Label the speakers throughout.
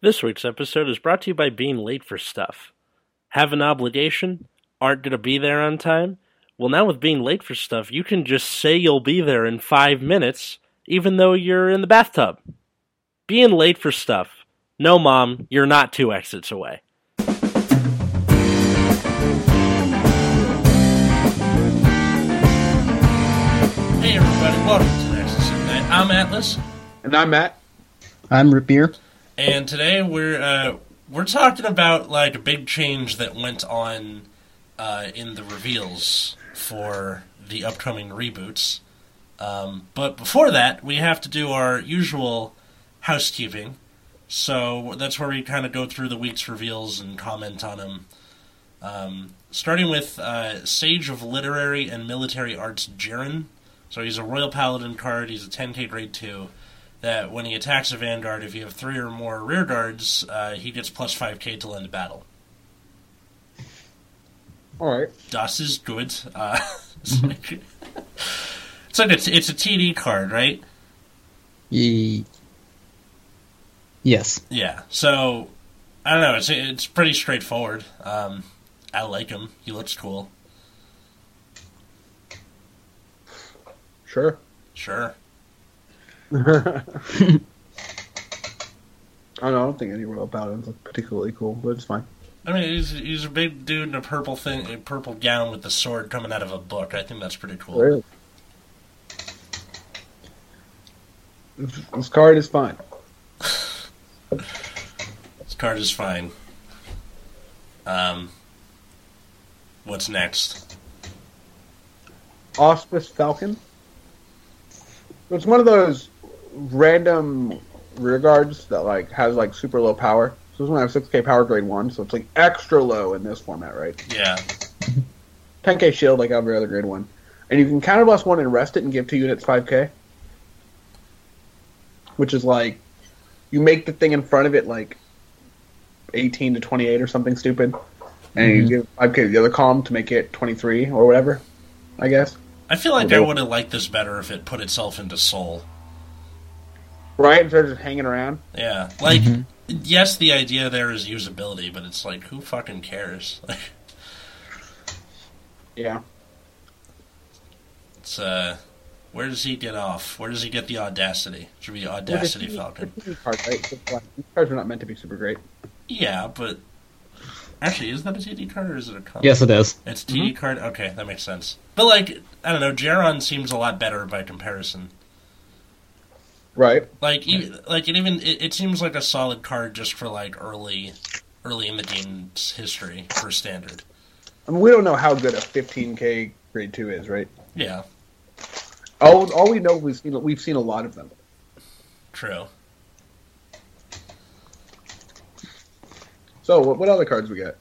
Speaker 1: This week's episode is brought to you by being late for stuff. Have an obligation? Aren't going to be there on time? Well, now with being late for stuff, you can just say you'll be there in five minutes, even though you're in the bathtub. Being late for stuff. No, Mom, you're not two exits away. Hey, everybody, welcome to the Exit Tonight. I'm Atlas.
Speaker 2: And I'm Matt.
Speaker 3: I'm Root Beer.
Speaker 1: And today we're uh, we're talking about like a big change that went on uh, in the reveals for the upcoming reboots. Um, but before that, we have to do our usual housekeeping. So that's where we kind of go through the week's reveals and comment on them. Um, starting with uh, Sage of Literary and Military Arts Jiren. So he's a Royal Paladin card. He's a 10k grade 2 that when he attacks a vanguard, if you have three or more rear guards, uh, he gets plus 5k till end of battle.
Speaker 2: All right.
Speaker 1: Das is good. Uh, it's like, it's, like a, it's a TD card, right?
Speaker 3: Ye- yes.
Speaker 1: Yeah. So, I don't know. It's, it's pretty straightforward. Um, I like him. He looks cool.
Speaker 2: Sure.
Speaker 1: Sure.
Speaker 2: I don't know, I don't think any Royal Paladins look particularly cool, but it's fine.
Speaker 1: I mean, he's, he's a big dude in a purple thing, a purple gown with the sword coming out of a book. I think that's pretty cool.
Speaker 2: Really. This this card is fine.
Speaker 1: This card is fine. Um, what's next?
Speaker 2: Auspice Falcon. It's one of those random rear guards that like has like super low power. So this one has 6k power grade one, so it's like extra low in this format, right?
Speaker 1: Yeah.
Speaker 2: 10k shield like every other grade one, and you can counter blast one and rest it and give two units 5k, which is like you make the thing in front of it like 18 to 28 or something stupid, and you give 5k to the other column to make it 23 or whatever, I guess.
Speaker 1: I feel like
Speaker 2: Well,
Speaker 1: I
Speaker 2: they-
Speaker 1: would have liked this better if it put itself into Soul.
Speaker 2: Right? Instead of just hanging around.
Speaker 1: Yeah, like yes, the idea there is usability, but it's like who fucking cares?
Speaker 2: Yeah.
Speaker 1: it's uh, where does he get off? Where does he get the audacity? Should be audacity Falcon.
Speaker 2: Card, right? So, like, these cards are not meant to be super great.
Speaker 1: Yeah, but actually, is that a TD card or is it a card?
Speaker 3: Yes, it is.
Speaker 1: it's TD card. Okay, that makes sense. But like, I don't know. Jaron seems a lot better by comparison.
Speaker 2: Right.
Speaker 1: Like, even, like it even it, it seems like a solid card just for like early, early in the game's history for standard.
Speaker 2: I mean, we don't know how good a 15k grade two is, right?
Speaker 1: Yeah,
Speaker 2: All, all we know we've seen we've seen a lot of them.
Speaker 1: true.
Speaker 2: So what, what other cards we got?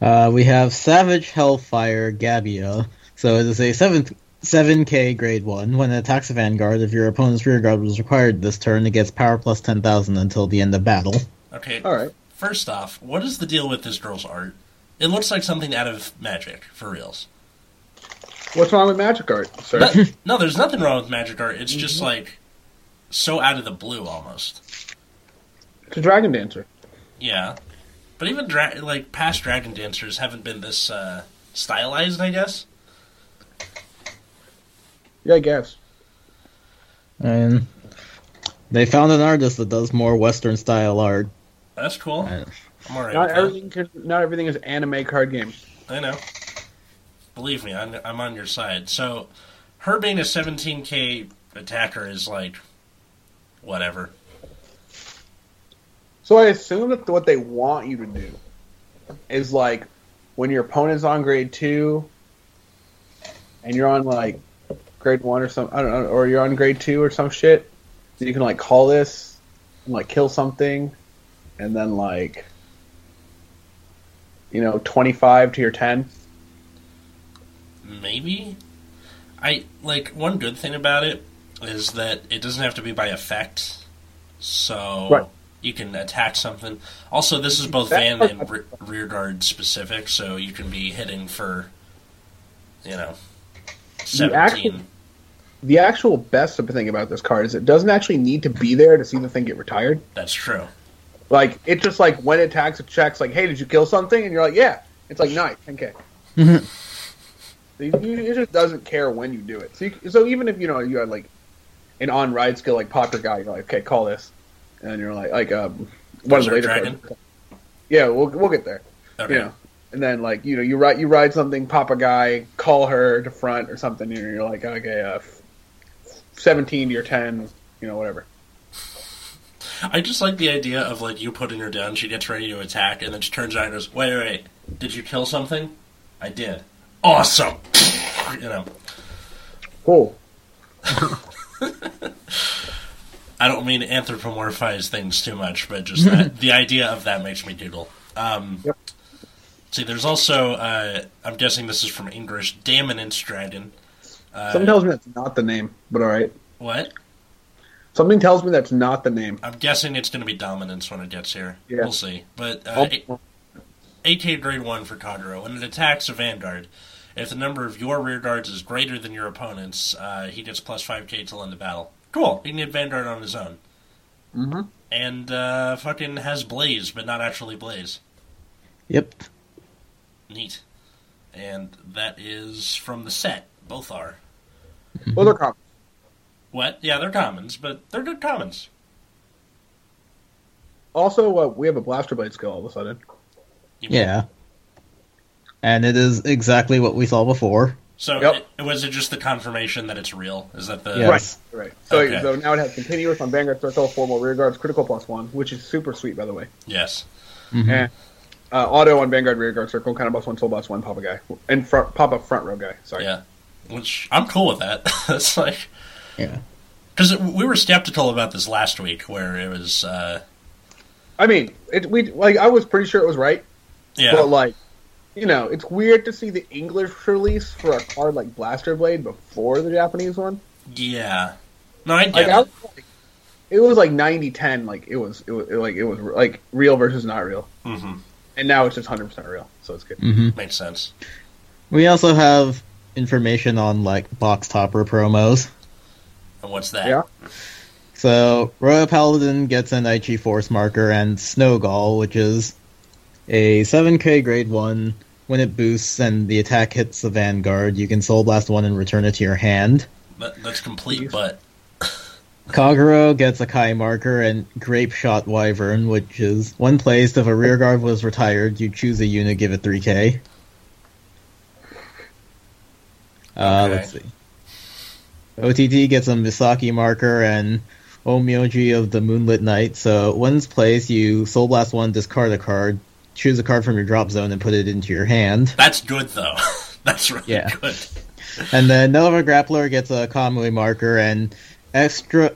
Speaker 3: Uh, we have Savage Hellfire Gabia. So it is a seventh. 7k grade 1. When it attacks a vanguard, if your opponent's rearguard was required this turn, it gets power plus 10,000 until the end of battle.
Speaker 1: Okay,
Speaker 2: All right.
Speaker 1: First off, what is the deal with this girl's art? It looks like something out of Magic, for reals.
Speaker 2: What's wrong with Magic Art, sir?
Speaker 1: No, no, there's nothing wrong with Magic art. It's just like so out of the blue almost.
Speaker 2: it's a Dragon Dancer.
Speaker 1: Yeah, but even dra- like past Dragon Dancers haven't been this uh, stylized, I guess.
Speaker 2: Yeah, I guess.
Speaker 3: And they found an artist that does more Western style art.
Speaker 1: That's cool.
Speaker 3: I-
Speaker 1: I'm alright.
Speaker 2: Not
Speaker 1: with that.
Speaker 2: everything. Can, not everything is anime card games.
Speaker 1: I know. Believe me, I'm, I'm on your side. So, her being a 17k attacker is like whatever.
Speaker 2: So I assume that what they want you to do is like when your opponent's on grade two and you're on like grade one or some I don't know, or you're on grade two or some shit, you can like call this and like kill something, and then like you know twenty five to your ten.
Speaker 1: Maybe. I like one good thing about it is that it doesn't have to be by effect, so
Speaker 2: Right.
Speaker 1: you can attack something. Also, this is both
Speaker 2: That-
Speaker 1: van and re- rear guard specific, so you can be hitting for, you know,
Speaker 2: You actually-
Speaker 1: seventeen.
Speaker 2: The actual best thing about this card is it doesn't actually need to be there to see the thing get retired.
Speaker 1: That's true.
Speaker 2: Like it just like when it tags, it checks like, "Hey, did you kill something?" And you're like, "Yeah." It's like nice, 10k.
Speaker 3: Mhm.
Speaker 2: It it just doesn't care when you do it. So, you, so even if you know you had like an on ride skill like Popper guy, you're like, "Okay, call this," and you're like, like um, one of the
Speaker 1: Berserk
Speaker 2: later
Speaker 1: Dragon?
Speaker 2: cards. Yeah, we'll we'll get there.
Speaker 1: Okay.
Speaker 2: You know, and then like you know you ride you ride something, pop a guy, call her to front or something, and you're like, "Okay, uh, f- seventeen to your ten, you know, whatever."
Speaker 1: I just like the idea of like you putting her down, she gets ready to attack, and then she turns around and goes, "Wait, wait, wait. did you kill something? I did. Awesome." you know,
Speaker 2: Cool.
Speaker 1: I don't mean to anthropomorphize things too much, but just that, the idea of that makes me doodle. Um,
Speaker 2: Yep.
Speaker 1: See, there's also uh, I'm guessing this is from English, Daemonence Dragon. Uh,
Speaker 2: Something tells me that's not the name, but all right.
Speaker 1: what?
Speaker 2: Something tells me that's not the name.
Speaker 1: I'm guessing it's going to be Dominance when it gets here.
Speaker 2: Yeah.
Speaker 1: We'll see. But uh,
Speaker 2: Oh,
Speaker 1: it- AK grade 1 for Kagero. When it attacks a vanguard, if the number of your rear guards is greater than your opponent's, uh, he gets plus 5k till end of battle. Cool. He can get vanguard on his own.
Speaker 2: mhm.
Speaker 1: And uh, fucking has Blaze, but not actually Blaze.
Speaker 3: Yep.
Speaker 1: Neat. And that is from the set. Both are.
Speaker 2: Well, they're common.
Speaker 1: What? Yeah, they're commons, but they're good commons.
Speaker 2: Also, uh, we have a blaster blade skill all of a sudden.
Speaker 1: You mean-
Speaker 3: Yeah. And it is exactly what we saw before.
Speaker 1: So
Speaker 2: Yep.
Speaker 1: it, was it just the confirmation that it's real? Is that the
Speaker 3: Yeah. Yes.
Speaker 2: Right. So,
Speaker 1: Okay.
Speaker 2: so now it has continuous on Vanguard Circle, formal rear guards, critical plus one, which is super sweet, by the way.
Speaker 1: yes?
Speaker 3: Mhm.
Speaker 2: And, uh, auto on Vanguard rear guard circle, kind of plus one, soul plus one, pop a guy. And front, pop up front row guy. Sorry.
Speaker 1: Yeah, which I'm cool with that. That's like
Speaker 3: Yeah.
Speaker 1: because we were skeptical about this last week, where it was uh,
Speaker 2: I mean, it, we like I was pretty sure it was right,
Speaker 1: yeah,
Speaker 2: but like, you know, it's weird to see the English release for a card like Blaster Blade before the Japanese one.
Speaker 1: yeah. No, I
Speaker 2: Like,
Speaker 1: get it.
Speaker 2: I was, like it was like 90-10, like it was, it was like it was like real versus not real,
Speaker 1: hmm
Speaker 2: and now it's just hundred percent real, so it's good.
Speaker 3: hmm
Speaker 1: Makes sense.
Speaker 3: We also have information on like box topper promos.
Speaker 1: And what's that?
Speaker 2: Yeah.
Speaker 3: So Royal Paladin gets an Aichi Force marker and Snowgall, which is a 7k grade 1. When it boosts and the attack hits the Vanguard, you can Soul Blast 1 and return it to your hand.
Speaker 1: That, that's complete, but
Speaker 3: Kaguro gets a Kai marker and Grape Shot Wyvern, which is one place if a rear guard was retired, you choose a unit, give it 3k. Uh,
Speaker 1: Okay.
Speaker 3: Let's see. OTT gets a Misaki marker and Omyoji of the Moonlit Night. So, one's place, you Soul Blast 1, discard a card, choose a card from your drop zone, and put it into your hand.
Speaker 1: that's good though. that's really
Speaker 3: Yeah.
Speaker 1: good.
Speaker 3: And then Nova Grappler gets a Kamui marker and extra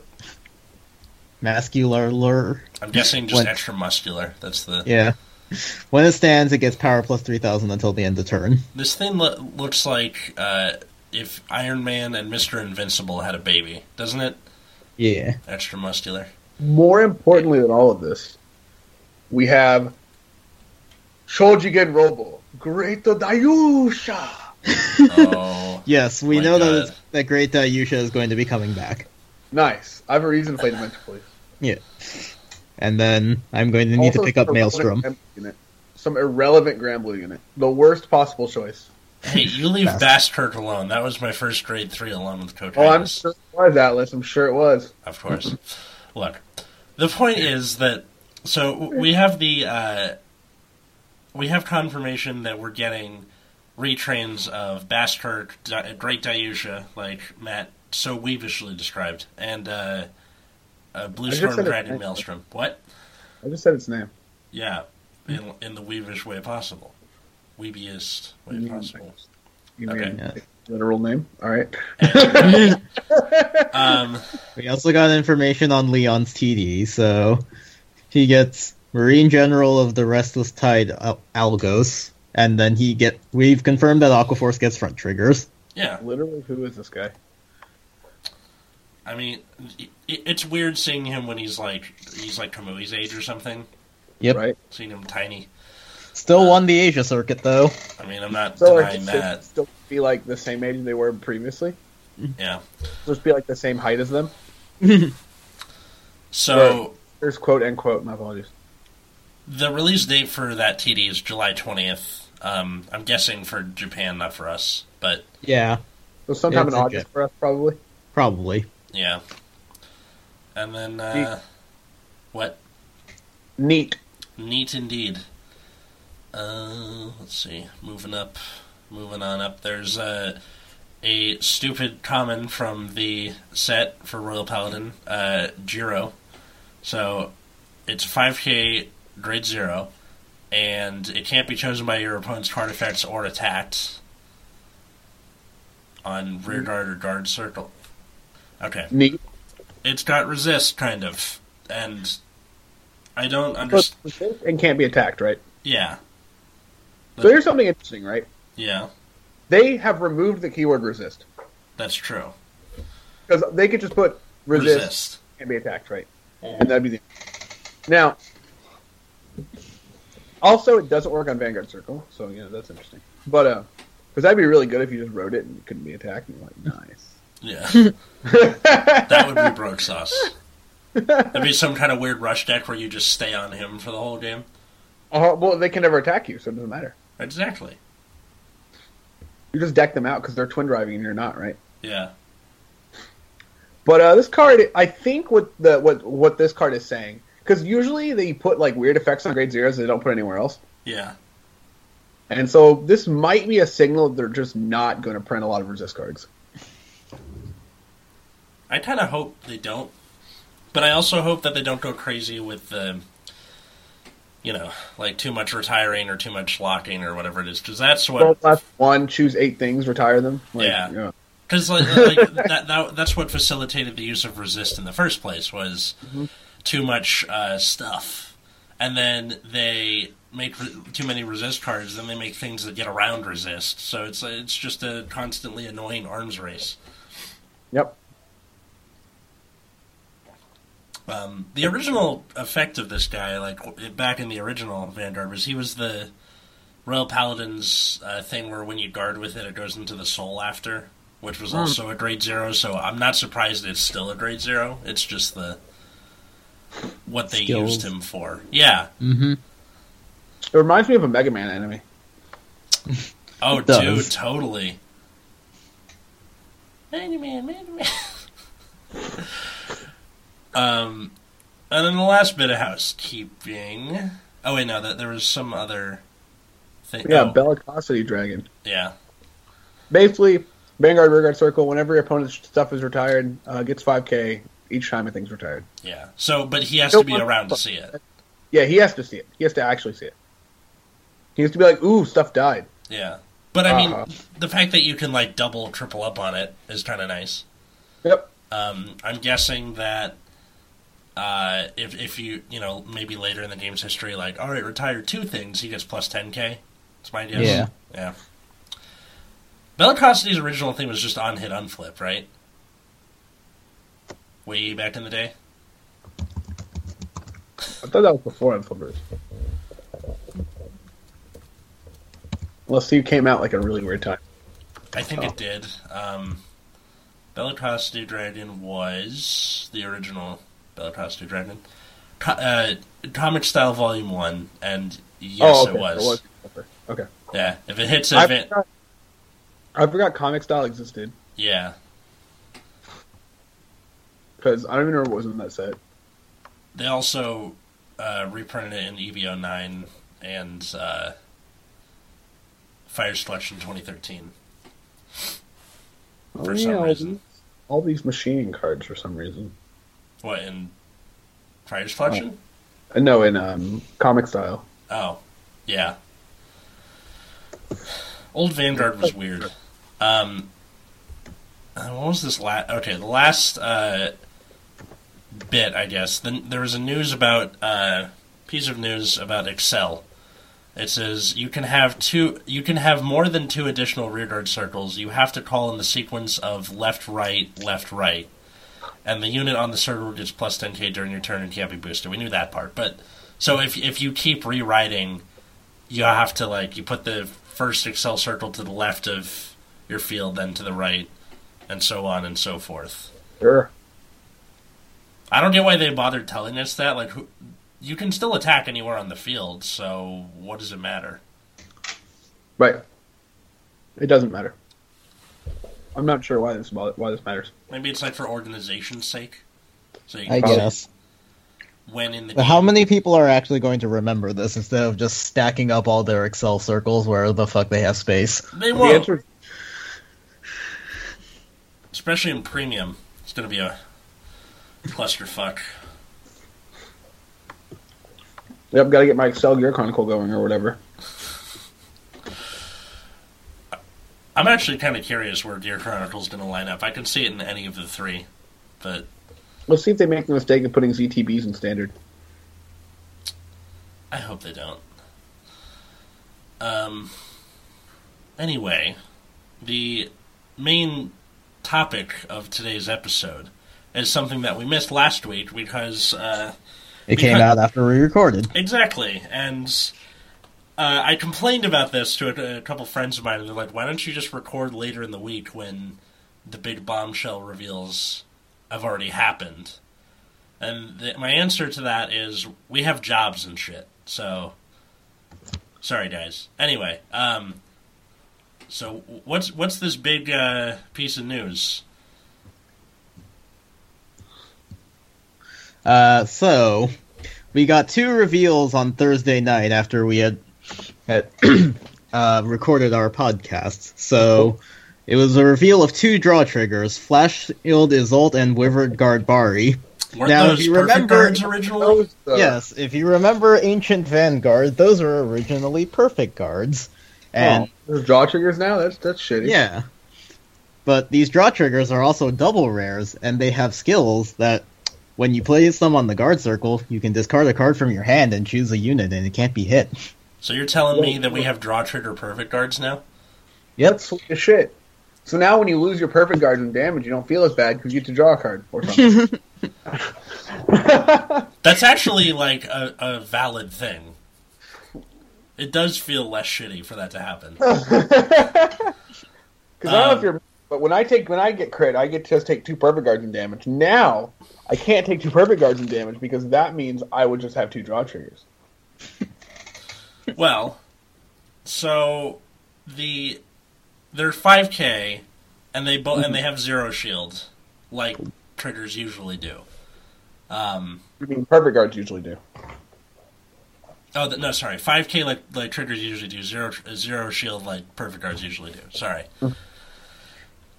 Speaker 3: mascular lure.
Speaker 1: I'm guessing just
Speaker 3: What?
Speaker 1: extra muscular. That's the
Speaker 3: Yeah. When it stands, it gets power plus 3,000 until the end of turn.
Speaker 1: this thing lo- looks like uh, if Iron Man and Mister Invincible had a baby, doesn't it?
Speaker 3: Yeah.
Speaker 1: Extra muscular.
Speaker 2: More importantly than all of this, we have Shojigen Robo, Great Dayusha.
Speaker 1: Oh,
Speaker 3: Yes, we
Speaker 1: My
Speaker 3: know
Speaker 1: God.
Speaker 3: that, it's- that Great Dayusha is going to be coming back.
Speaker 2: Nice. I have a reason to play Dimension Police.
Speaker 3: And then I'm going to need
Speaker 2: Also,
Speaker 3: to pick up
Speaker 2: some irrelevant
Speaker 3: Maelstrom.
Speaker 2: Grand Blue unit. Some irrelevant Grand Blue unit. The worst possible choice.
Speaker 1: Hey, you leave
Speaker 3: Bastard.
Speaker 1: Bastkirk alone. That was my first grade three alone with Coach.
Speaker 2: Oh, I'm
Speaker 1: Harris.
Speaker 2: sure it was Atlas. I'm sure it was.
Speaker 1: Of course. Look, the point is that so w- we have the uh, we have confirmation that we're getting retrains of Bastkirk, Di- Great Diusha, like Matt so weavishly described, and uh, uh, Blue
Speaker 2: I just
Speaker 1: Storm
Speaker 2: said it-
Speaker 1: Dragon Maelstrom. What?
Speaker 2: I just said its name.
Speaker 1: Yeah, in, in the weavish way possible, weebiest way
Speaker 2: Mm.
Speaker 1: possible.
Speaker 2: You
Speaker 1: Okay.
Speaker 2: mean
Speaker 3: Yeah.
Speaker 2: literal name? All right.
Speaker 1: Um,
Speaker 3: We also got information on Leon's TD, so he gets Marine General of the Restless Tide Al- Algos, and then he get we've confirmed that Aquaforce gets front triggers.
Speaker 1: yeah,
Speaker 2: Literally, who is this guy?
Speaker 1: I mean, it, it's weird seeing him when he's like he's like Kamui's age or something.
Speaker 3: Yep.
Speaker 2: Right.
Speaker 1: Seeing him tiny.
Speaker 3: Still won the Asia circuit though.
Speaker 1: I mean, I'm not
Speaker 2: So like,
Speaker 1: denying
Speaker 2: should
Speaker 1: that.
Speaker 2: still be like the same age they were previously. Mm-hmm.
Speaker 1: Yeah.
Speaker 2: Just be like the same height as them.
Speaker 1: So
Speaker 2: There's quote end quote. My apologies.
Speaker 1: the release date for that TD is July 20th. Um, I'm guessing for Japan, not for us, but
Speaker 3: Yeah,
Speaker 2: So sometime
Speaker 3: It's
Speaker 2: in
Speaker 3: a
Speaker 2: August
Speaker 3: jet.
Speaker 2: for us, probably.
Speaker 3: probably.
Speaker 1: yeah. And then uh, what?
Speaker 2: Neat.
Speaker 1: Neat indeed. Uh, let's see. Moving up, moving on up. There's uh, a stupid common from the set for Royal Paladin, uh, Jiro. So it's 5k grade zero, and it can't be chosen by your opponent's card effects or attacked on rear guard or guard circle. Okay,
Speaker 2: Neat.
Speaker 1: it's got resist kind of, and I don't understand.
Speaker 2: And can't be attacked, right?
Speaker 1: Yeah.
Speaker 2: So here's something interesting, right?
Speaker 1: Yeah,
Speaker 2: They have removed the keyword resist
Speaker 1: that's true.
Speaker 2: because they could just put resist, can't be attacked, right? And that'd be the now. Also, it doesn't work on Vanguard Circle, so yeah, that's interesting. But uh, because that'd be really good if you just wrote it and it couldn't be attacked. And you're like, nice.
Speaker 1: Yeah, that would be broke sauce. That'd be some kind of weird rush deck where you just stay on him for the whole game.
Speaker 2: Oh, well, they can never attack you, so it doesn't matter.
Speaker 1: Exactly.
Speaker 2: You just deck them out because they're twin driving and you're not, right?
Speaker 1: Yeah.
Speaker 2: But uh, this card, I think what the what what this card is saying, because usually they put like weird effects on grade zeros, they don't put anywhere else,
Speaker 1: Yeah.
Speaker 2: and so this might be a signal they're just not going to print a lot of resist cards.
Speaker 1: I kind of hope they don't, but I also hope that they don't go crazy with the, you know, like too much retiring or too much locking or whatever it is, because that's what.
Speaker 2: Well, last one, choose eight things, retire them.
Speaker 1: Yeah. Because like, like that, that, that's what facilitated the use of resist in the first place was too much uh, stuff, and then they make re- too many resist cards, then they make things that get around resist. So it's it's just a constantly annoying arms race.
Speaker 2: Yep.
Speaker 1: Um, the original effect of this guy, like w- back in the original Vanguard, was he was the Royal Paladin's uh, thing where when you guard with it, it goes into the soul after, which was also a grade zero. So I'm not surprised it's still a grade zero. It's just the what they
Speaker 3: Skills.
Speaker 1: used him for. Yeah.
Speaker 3: Mm-hmm.
Speaker 2: It reminds me of a Mega Man enemy.
Speaker 1: Oh,
Speaker 3: It does.
Speaker 1: dude, totally. Many man, many man. um, and then the last bit of housekeeping. Oh wait, no, that there was some other thing.
Speaker 2: Yeah,
Speaker 1: oh,
Speaker 2: Bellicosity Dragon.
Speaker 1: yeah,
Speaker 2: Basically, Vanguard Rearguard Circle. Whenever your opponent's stuff is retired, uh, gets five k each time a thing's retired.
Speaker 1: yeah. So, but he has
Speaker 2: Don't
Speaker 1: to be
Speaker 2: want-
Speaker 1: around to see it.
Speaker 2: Yeah, he has to see it. He has to actually see it. He has to be like, "Ooh, stuff died."
Speaker 1: Yeah, but I mean,
Speaker 2: Uh-huh.
Speaker 1: the fact that you can like double, triple up on it is kind of nice.
Speaker 2: Yep.
Speaker 1: Um, I'm guessing that uh, if if you you know maybe later in the game's history, like all right, retire two things, he gets plus 10k. It's my guess.
Speaker 3: Yeah.
Speaker 1: yeah. Bellicosity's original thing was just on hit unflip, right? Way back in the day.
Speaker 2: I thought that was before Unflippers. Unless Steve came out like a really weird time.
Speaker 1: I think
Speaker 2: Oh.
Speaker 1: it did. Um, Bellicosity Dragon was the original Bellicosity Dragon. Co- uh, comic Style Volume 1, and yes,
Speaker 2: oh, okay.
Speaker 1: it, was.
Speaker 2: Unflipper. Okay.
Speaker 1: Yeah, if it hits
Speaker 2: I
Speaker 1: a van-
Speaker 2: forgot, I forgot comic style existed
Speaker 1: yeah,
Speaker 2: because I don't even remember what was in that set.
Speaker 1: They also uh, reprinted it in EVO 9 and uh, Fire Selection 2013.
Speaker 2: Oh,
Speaker 1: For some
Speaker 2: all
Speaker 1: reason.
Speaker 2: these- all these machining cards for some reason.
Speaker 1: What, in Fire Selection?
Speaker 2: Uh, No, in um, comic style.
Speaker 1: Oh. yeah. Old Vanguard was weird. Um, uh, what was this last? Okay, the last uh, bit, I guess. Then there was a news about uh, piece of news about Excel. It says you can have two. You can have more than two additional rearguard circles. You have to call in the sequence of left, right, left, right, and the unit on the circle gets plus 10k during your turn and can't be boosted. We knew that part, but so if if you keep rewriting, you have to like you put the first Excel circle to the left of your field, then to the right, and so on and so forth.
Speaker 2: Sure.
Speaker 1: I don't get why they bothered telling us that. Like, who, you can still attack anywhere on the field, so what does it matter?
Speaker 2: Right. It doesn't matter. I'm not sure why this bo- why this matters.
Speaker 1: Maybe it's like for organization's sake. So you
Speaker 3: I
Speaker 1: can see
Speaker 3: guess.
Speaker 1: when in the
Speaker 3: But how many people are actually going to remember this instead of just stacking up all their Excel circles where the fuck they have space?
Speaker 1: they
Speaker 2: The
Speaker 1: won't,
Speaker 2: answer is
Speaker 1: especially in premium. It's going to be a clusterfuck.
Speaker 2: yep. Got to get my Excel Gear Chronicle going or whatever.
Speaker 1: I'm actually kind of curious where Deer Chronicle's going to line up. I can see it in any of the three, but
Speaker 2: Let's see if they make the mistake of putting ZTBs in standard.
Speaker 1: I hope they don't. Um. Anyway, the main topic of today's episode is something that we missed last week because uh,
Speaker 3: It came
Speaker 1: Because-
Speaker 3: out after we recorded.
Speaker 1: exactly, and uh, I complained about this to a, a couple friends of mine, and they're like, "Why don't you just record later in the week when the big bombshell reveals have already happened?" And the, my answer to that is, we have jobs and shit, so sorry guys. Anyway, um, so what's what's this big uh, piece of news?
Speaker 3: Uh, so we got two reveals on Thursday night after we had had uh, recorded our podcast. So it was a reveal of two draw triggers: Flash Shield Isolt and Wyvern Guard Bari.
Speaker 1: Weren't
Speaker 3: Now, if
Speaker 1: those
Speaker 3: you
Speaker 1: Perfect
Speaker 3: remember-
Speaker 1: Guards original?
Speaker 2: Uh.
Speaker 3: Yes, if you remember Ancient Vanguard, those were originally Perfect Guards, and
Speaker 2: And there's Oh, jaw triggers now. That's that's shitty.
Speaker 3: Yeah. But these draw triggers are also double rares, and they have skills that when you place them on the guard circle, you can discard a card from your hand and choose a unit, and it can't be hit.
Speaker 1: So you're telling me that we have draw trigger perfect guards now?
Speaker 2: That's sweet as shit. So now when you lose your perfect guard and damage, you don't feel as bad because you get to draw a card or something.
Speaker 1: That's actually like a, a valid thing. It does feel less shitty for that to happen.
Speaker 2: Because I don't know
Speaker 1: Um,
Speaker 2: if you're, but when I take when I get crit, I get to just take two perfect guards and damage. Now I can't take two perfect guards and damage because that means I would just have two draw triggers.
Speaker 1: Well, so the they're five k, and they bo- and they have zero shield, like triggers usually do. Um.
Speaker 2: I mean, perfect guards usually do.
Speaker 1: Oh th- no, sorry. Five k like like triggers usually do zero uh, zero shield like perfect guards usually do. Sorry.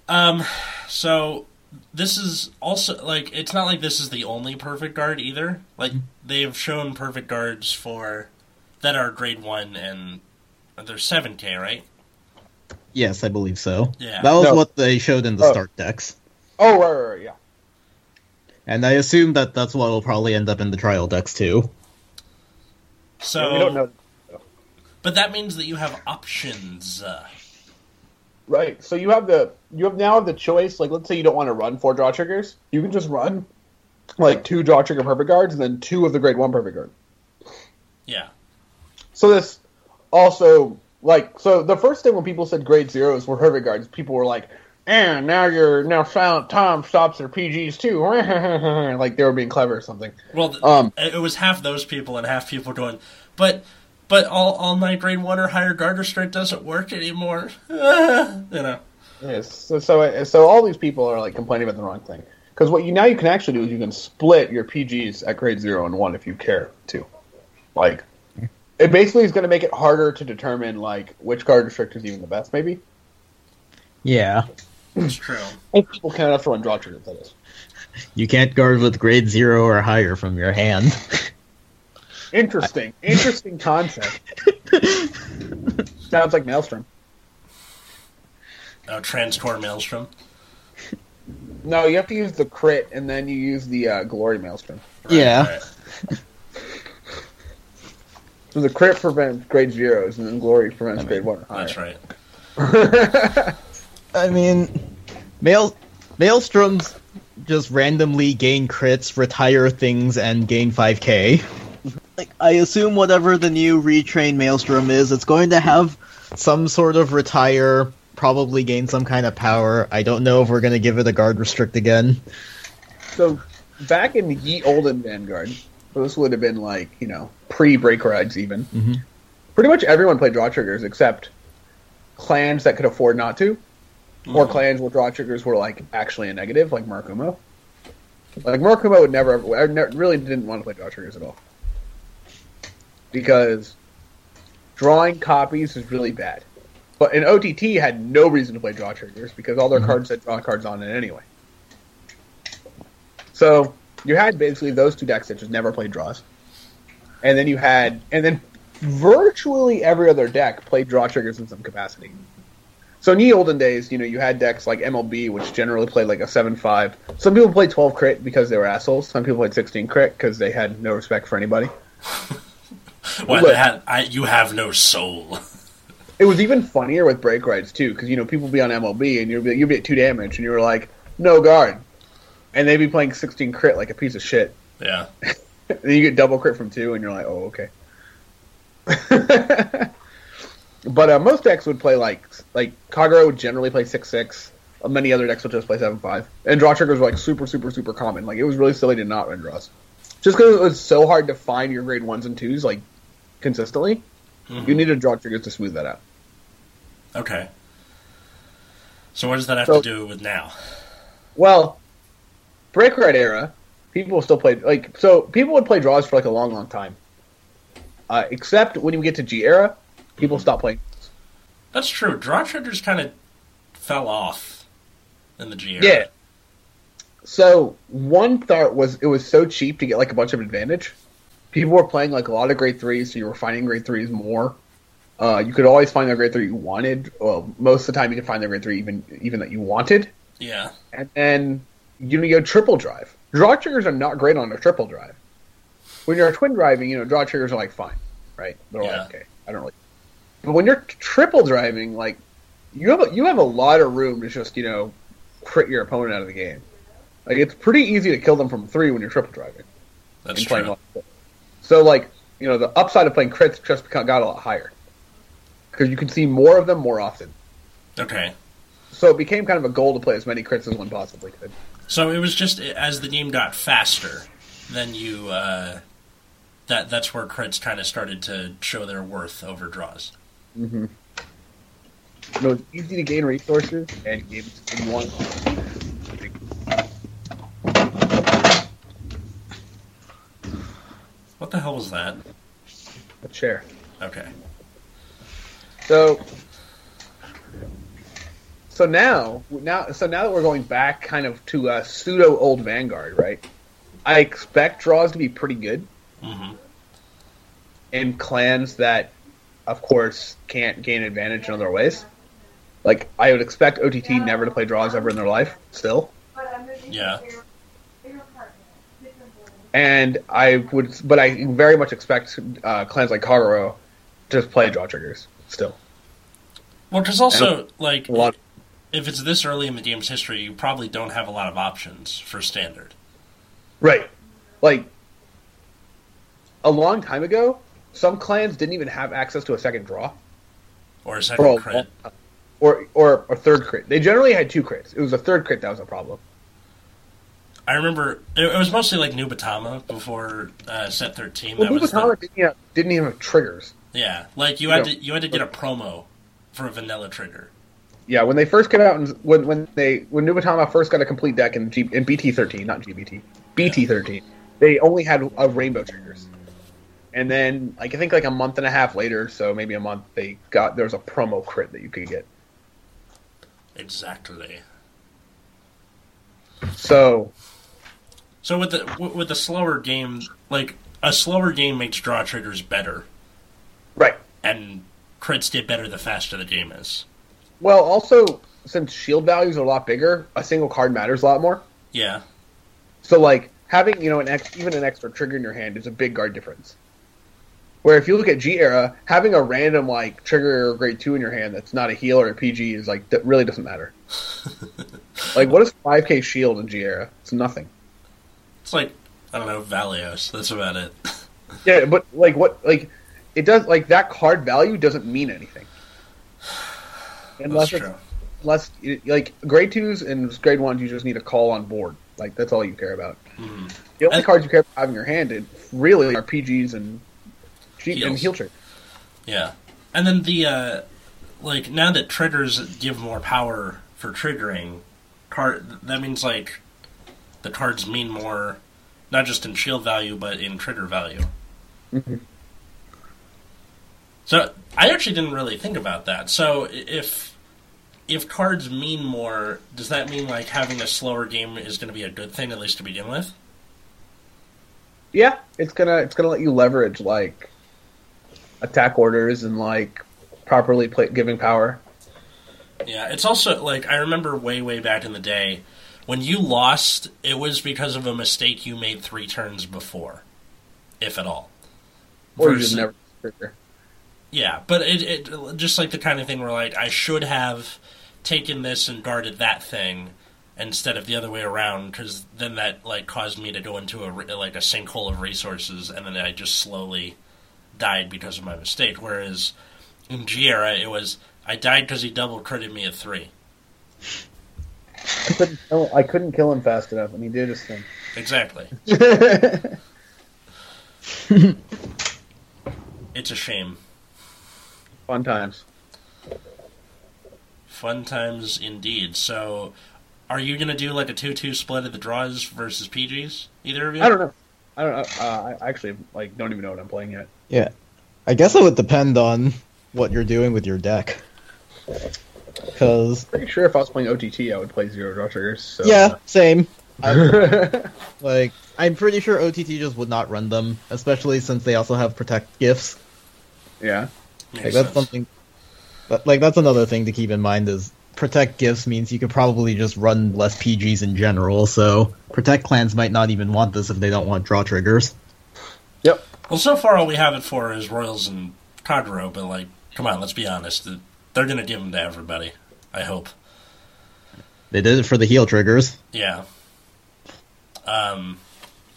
Speaker 1: Um. So this is also like it's not like this is the only perfect guard either. Like they have shown perfect guards for that are grade one and they're seven k right.
Speaker 3: Yes, I believe so.
Speaker 1: Yeah.
Speaker 3: That was
Speaker 2: No.
Speaker 3: what they showed in the
Speaker 2: Oh.
Speaker 3: start decks.
Speaker 2: Oh, right, right, right, yeah.
Speaker 3: And I assume that that's what will probably end up in the trial decks too.
Speaker 1: So
Speaker 2: we don't know.
Speaker 1: But that means that you have options. Uh,
Speaker 2: Right. So you have the you have now have the choice. Like, let's say you don't want to run four draw triggers, you can just run like two draw trigger perfect guards and then two of the grade one perfect guard.
Speaker 1: yeah.
Speaker 2: So this also like so the first thing when people said grade zeros were perfect guards, people were like, "And now you're now silent Tom stops their PGs too." like they were being clever or something.
Speaker 1: Well, th-
Speaker 2: Um.
Speaker 1: it it was half those people and half people going, but but all all my grade one or higher garter strike doesn't work anymore. you know.
Speaker 2: Yes. So so so all these people are like complaining about the wrong thing because what you now you can actually do is you can split your PGs at grade zero and one if you care to. Like, it basically is going to make it harder to determine like which guard restrict is even the best. Maybe
Speaker 3: Yeah.
Speaker 1: It's true.
Speaker 2: if people can enough to run draw triggers. That is
Speaker 3: You can't guard with grade zero or higher from your hand.
Speaker 2: interesting. interesting concept. Sounds like Maelstrom.
Speaker 1: Oh, Transcore Maelstrom.
Speaker 2: No, you have to use the crit and then you use the uh, glory Maelstrom.
Speaker 1: Right,
Speaker 3: Yeah.
Speaker 1: right.
Speaker 2: So the crit prevents grade zeros and then glory prevents grade one. or higher.
Speaker 1: That's right.
Speaker 3: I mean, mael- maelstroms just randomly gain crits, retire things, and gain 5k. Like, I assume whatever the new retrain maelstrom is, it's going to have some sort of retire, probably gain some kind of power. I don't know if we're going to give it a guard restrict again.
Speaker 2: So back in the ye olden Vanguard, Well, this would have been like you know pre break rides even.
Speaker 1: Mm-hmm.
Speaker 3: Mhm.
Speaker 2: Pretty much everyone played draw triggers except clans that could afford not to, or
Speaker 1: Mm-hmm.
Speaker 2: clans where draw triggers were like actually a negative, like Murakumo. Like Murakumo would never, I ne really didn't want to play draw triggers at all because drawing copies is really bad. But in OTT had no reason to play draw triggers because all their
Speaker 3: Mhm.
Speaker 2: cards had draw cards on it anyway. So you had basically those two decks that just never played draws, and then you had and then virtually every other deck played draw triggers in some capacity. So in the olden days, you know, you had decks like MLB, which generally played like a seven-five. Some people played twelve crit because they were assholes. Some people played sixteen crit because they had no respect for anybody.
Speaker 1: Well,
Speaker 2: Look.
Speaker 1: ha- I, you have no soul.
Speaker 2: It was even funnier with break rides too, because you know people be on MLB and you'd be you'd be at two damage and you were like no guard, and they'd be playing sixteen crit like a piece of shit.
Speaker 1: yeah.
Speaker 2: then you get double crit from two, and you're like, oh, okay. but uh, most decks would play like like Kagura would generally play six six. Uh, Many other decks would just play seven five, and draw triggers were like super super super common. Like it was really silly to not run draws, just because it was so hard to find your grade ones and twos like consistently.
Speaker 1: Mhm.
Speaker 2: You needed draw triggers to smooth that out.
Speaker 1: Okay. So what does that have to
Speaker 2: So-
Speaker 1: do with now?
Speaker 2: Well, break right era, people still played like so. People would play draws for like a long, long time. Uh, except when you get to G era, people stop playing.
Speaker 1: That's true. Draw triggers kind of fell off in the G era.
Speaker 2: Yeah. So one thought was it was so cheap to get like a bunch of advantage. People were playing like a lot of grade threes, so you were finding grade threes more. Uh, you could always find the grade three you wanted. Well, most of the time you could find the grade three even even that you wanted.
Speaker 1: Yeah.
Speaker 2: and then you know, you go triple drive. Draw triggers are not great on a triple drive. When you're twin driving, you know, draw triggers are like fine, right? They're
Speaker 1: Yeah.
Speaker 2: like okay, I don't really. But when you're triple driving, like you have a, you have a lot of room to just you know crit your opponent out of the game. Like it's pretty easy to kill them from three when you're triple driving
Speaker 1: That's
Speaker 2: and playing
Speaker 1: true.
Speaker 2: multiple. So like you know, the upside of playing crits just got a lot higher because you can see more of them more often.
Speaker 1: Okay.
Speaker 2: So it became kind of a goal to play as many crits as one possibly could.
Speaker 1: So it was just as the game got faster, then you uh, that that's where crits kind of started to show their worth over draws.
Speaker 2: Mm-hmm. It was easy to gain resources and games in one.
Speaker 1: What the hell was that?
Speaker 2: A chair.
Speaker 1: Okay.
Speaker 2: So, so now, now, so now that we're going back, kind of to uh, pseudo old Vanguard, right? I expect draws to be pretty good
Speaker 1: hmm
Speaker 2: in clans that, of course, can't gain advantage in other ways. Like I would expect OTT never to play draws ever in their life. Still,
Speaker 1: Yeah.
Speaker 2: and I would, but I very much expect uh, clans like Kaguro to play draw triggers still.
Speaker 1: Well, because also like
Speaker 2: A lot.
Speaker 1: if it's this early in the game's history, you probably don't have a lot of options for standard.
Speaker 2: Right. Like a long time ago, some clans didn't even have access to a second draw
Speaker 1: Or a
Speaker 2: for
Speaker 1: second
Speaker 2: a
Speaker 1: crit.
Speaker 2: long- or or a third crit. They generally had two crits. It was a third crit that was a problem.
Speaker 1: I remember it, it was mostly like Nubatama before uh, set thirteen.
Speaker 2: Well,
Speaker 1: that was the,
Speaker 2: Nubatama didn't, even have- didn't even have triggers.
Speaker 1: yeah, like you had
Speaker 2: Yeah.
Speaker 1: to you had to get a promo for a vanilla trigger.
Speaker 2: Yeah, when they first came out, and when when they when Nubatama first got a complete deck in G, in BT thirteen, not GBT, BT thirteen, they only had a rainbow triggers, and then like I think like a month and a half later, so maybe a month, they got there was a promo crit that you could get.
Speaker 1: Exactly.
Speaker 2: So
Speaker 1: So with the with with the slower game, like a slower game makes draw triggers better,
Speaker 2: right,
Speaker 1: and crits get better the faster the game is.
Speaker 2: Well, also since shield values are a lot bigger, a single card matters a lot more.
Speaker 1: Yeah,
Speaker 2: So like having you know an ex- even an extra trigger in your hand is a big guard difference. Where if you look at G era, having a random like trigger or grade two in your hand that's not a heal or a PG is like that really doesn't matter. like what is five K shield in G era? It's nothing.
Speaker 1: it's like I don't know Valios. That's about it.
Speaker 2: Yeah, but like what like it does like that card value doesn't mean anything.
Speaker 1: That's
Speaker 2: Unless it's
Speaker 1: true.
Speaker 2: less like grade twos and grade ones you just need a call on board like that's all you care about The only
Speaker 1: And-
Speaker 2: cards you care about having your hand in really are PGs and she- and
Speaker 1: Heals.
Speaker 2: heal trick.
Speaker 1: Yeah, and then the uh, like now that triggers give more power for triggering card, that means like the cards mean more, not just in shield value but in trigger value.
Speaker 2: Mhm.
Speaker 1: So I actually didn't really think about that. So i- if if cards mean more, does that mean like having a slower game is going to be a good thing at least to begin with?
Speaker 2: Yeah, it's gonna it's gonna let you leverage like attack orders and like properly play, giving power.
Speaker 1: Yeah, it's also like I remember way way back in the day when you lost, it was because of a mistake you made three turns before, if at all.
Speaker 2: Or you
Speaker 1: Versus-
Speaker 2: just never trigger.
Speaker 1: Yeah, but it, it just like the kind of thing where like I should have taken this and guarded that thing instead of the other way around because then that like caused me to go into a re- like a sinkhole of resources and then I just slowly died because of my mistake. Whereas in Giera, it was I died because he double critted me at three.
Speaker 2: I couldn't, kill, I couldn't kill him fast enough, and he did his thing.
Speaker 1: Exactly. It's a shame.
Speaker 2: Fun times.
Speaker 1: Fun times indeed. So, are you going to do like a 2 2 split of the draws versus PGs? Either of you?
Speaker 2: I don't know. I don't. know. Uh, I actually like don't even know what I'm playing yet.
Speaker 3: I guess it would depend on what you're doing with your deck. Because,
Speaker 2: Pretty sure if I was playing OTT, I would play zero draw triggers. So.
Speaker 1: uh,
Speaker 3: yeah, same.
Speaker 2: I-
Speaker 3: Like, I'm pretty sure OTT just would not run them, especially since they also have protect gifts.
Speaker 2: yeah.
Speaker 1: Makes
Speaker 3: Like, that's
Speaker 1: sense.
Speaker 3: something. That, like, that's another thing to keep in mind is protect gifts means you could probably just run less PGs in general, so protect clans might not even want this if they don't want draw triggers.
Speaker 2: Yep.
Speaker 1: Well, so far all we have it for is Royals and Kagero, but like, come on, let's be honest. They're going to give them to everybody. I hope.
Speaker 3: They did it for the heal triggers.
Speaker 1: Yeah. Um,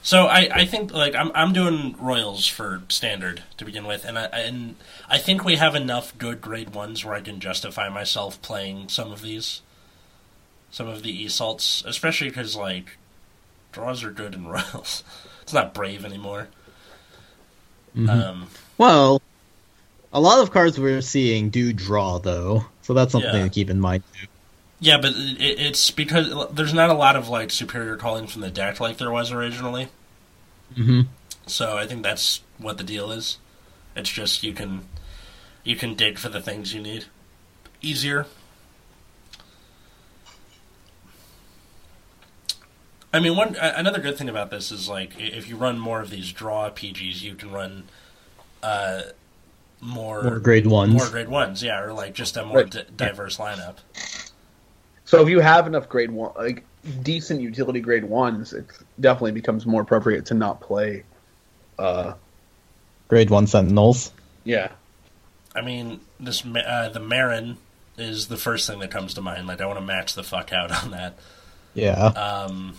Speaker 1: so I, I think like I'm I'm doing Royals for standard to begin with, and I and I think we have enough good grade ones where I can justify myself playing some of these, some of the esalts, especially because like draws are good in Royals. it's not brave anymore.
Speaker 3: Mm-hmm.
Speaker 1: Um,
Speaker 3: Well, a lot of cards we're seeing do draw though, so that's something
Speaker 1: Yeah.
Speaker 3: to keep in mind.
Speaker 1: yeah, but it, it- it's because there's not a lot of like superior calling from the deck like there was originally.
Speaker 3: hmm
Speaker 1: So I think that's what the deal is. It's just you can you can dig for the things you need easier. I mean, one a- another good thing about this is like i- if you run more of these draw PGs, you can run uh, more
Speaker 3: Or grade ones.
Speaker 1: more grade ones, yeah, or like just a more
Speaker 2: Right.
Speaker 1: di- diverse lineup.
Speaker 2: So if you have enough grade one, like decent utility grade ones, it definitely becomes more appropriate to not play. Uh,
Speaker 3: Grade one sentinels.
Speaker 2: yeah.
Speaker 1: I mean, this ma- uh, the Marin is the first thing that comes to mind. Like, I want to match the fuck out on that.
Speaker 3: Yeah,
Speaker 1: Um,